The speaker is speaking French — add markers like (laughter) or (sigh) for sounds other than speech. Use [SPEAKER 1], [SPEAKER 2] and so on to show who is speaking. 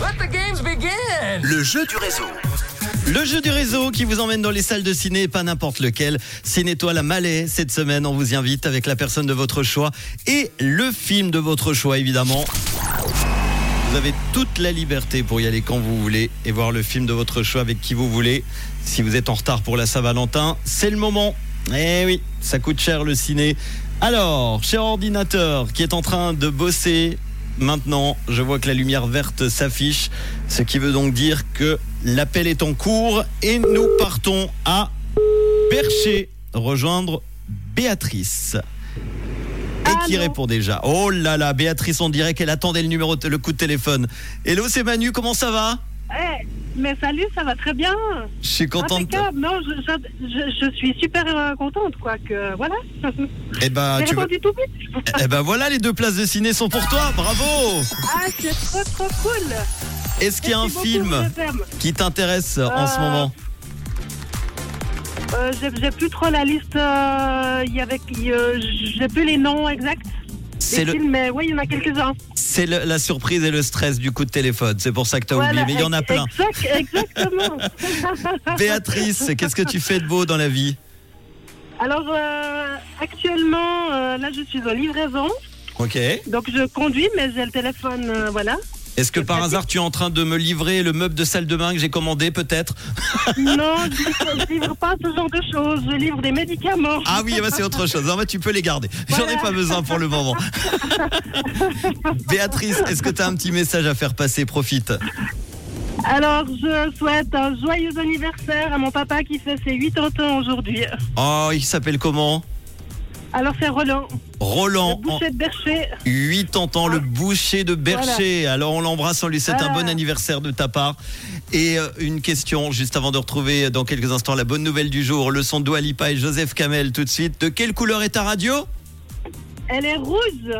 [SPEAKER 1] Let the games begin.
[SPEAKER 2] Le jeu du réseau.
[SPEAKER 3] Le jeu du réseau qui vous emmène dans les salles de ciné, et pas n'importe lequel. Ciné Étoile à Malais, cette semaine, on vous y invite avec la personne de votre choix et le film de votre choix, évidemment. Vous avez toute la liberté pour y aller quand vous voulez et voir le film de votre choix avec qui vous voulez. Si vous êtes en retard pour la Saint-Valentin, c'est le moment. Eh oui, ça coûte cher le ciné. Alors, cher ordinateur qui est en train de bosser maintenant, je vois que la lumière verte s'affiche, ce qui veut donc dire que l'appel est en cours et nous partons à Percher rejoindre Béatrice. Et qui
[SPEAKER 4] Allô
[SPEAKER 3] répond déjà Oh là là, Béatrice, on dirait qu'elle attendait le numéro, le coup de téléphone. Hello, c'est Manu, comment ça va
[SPEAKER 4] Eh, mais salut, ça va très bien.
[SPEAKER 3] Je suis content de te-
[SPEAKER 4] Impeccable. Non, je, je- je- je suis super euh, contente, quoi. Que voilà. (laughs)
[SPEAKER 3] Eh ben,
[SPEAKER 4] J'ai
[SPEAKER 3] tu veux-
[SPEAKER 4] répondu tout vite.
[SPEAKER 3] Eh ben voilà, les deux places de ciné sont pour toi, bravo
[SPEAKER 4] Ah, c'est trop trop cool.
[SPEAKER 3] Est-ce qu'il y a un
[SPEAKER 4] Merci beaucoup,
[SPEAKER 3] film
[SPEAKER 4] je t'aime.
[SPEAKER 3] qui t'intéresse en ce
[SPEAKER 4] Euh,
[SPEAKER 3] moment
[SPEAKER 4] Euh, j'ai- J'ai plus trop la liste. euh, Il y avait, il y- euh, j'ai plus les noms exacts.
[SPEAKER 3] C'est
[SPEAKER 4] des
[SPEAKER 3] le,
[SPEAKER 4] films, mais oui, il y en a quelques-uns.
[SPEAKER 3] C'est le- la surprise et le stress du coup de téléphone. C'est pour ça que tu as oublié.
[SPEAKER 4] Voilà,
[SPEAKER 3] Mais il y en a
[SPEAKER 4] ex-
[SPEAKER 3] plein.
[SPEAKER 4] exact-
[SPEAKER 3] (laughs)
[SPEAKER 4] exactement.
[SPEAKER 3] Béatrice, qu'est-ce que tu fais de beau dans la vie
[SPEAKER 4] Alors, euh, actuellement, euh, là, je suis en livraison.
[SPEAKER 3] Ok. Est-ce
[SPEAKER 4] Donc, je conduis, mais j'ai le téléphone,
[SPEAKER 3] (laughs)
[SPEAKER 4] euh, voilà.
[SPEAKER 3] que par hasard tu es en train de me livrer le meuble de salle de bain que j'ai commandé peut-être
[SPEAKER 4] Non, je livre- je livre pas ce genre de choses. Je livre des médicaments.
[SPEAKER 3] Ah oui, eh ben, c'est autre chose. Non, mais tu peux les garder. J'en ai
[SPEAKER 4] Voilà.
[SPEAKER 3] pas besoin pour le
[SPEAKER 4] (laughs)
[SPEAKER 3] moment. Béatrice, est-ce que tu as un petit message à faire passer Profite.
[SPEAKER 4] Alors, je souhaite un joyeux anniversaire à mon papa qui fait ses 80 ans aujourd'hui.
[SPEAKER 3] Oh, il s'appelle comment
[SPEAKER 4] Alors, c'est Roland, le
[SPEAKER 3] Roland, en
[SPEAKER 4] boucher de Bercher.
[SPEAKER 3] 80 ans, le boucher de Bercher. Alors on l'embrasse, on lui souhaite un
[SPEAKER 4] Voilà.
[SPEAKER 3] bon anniversaire de ta part. Et euh, une question, juste avant de retrouver euh, dans quelques instants la bonne nouvelle du jour, le son de Dua Lipa et Joseph Kamel tout de suite. De quelle couleur est ta radio
[SPEAKER 4] Elle est rouge.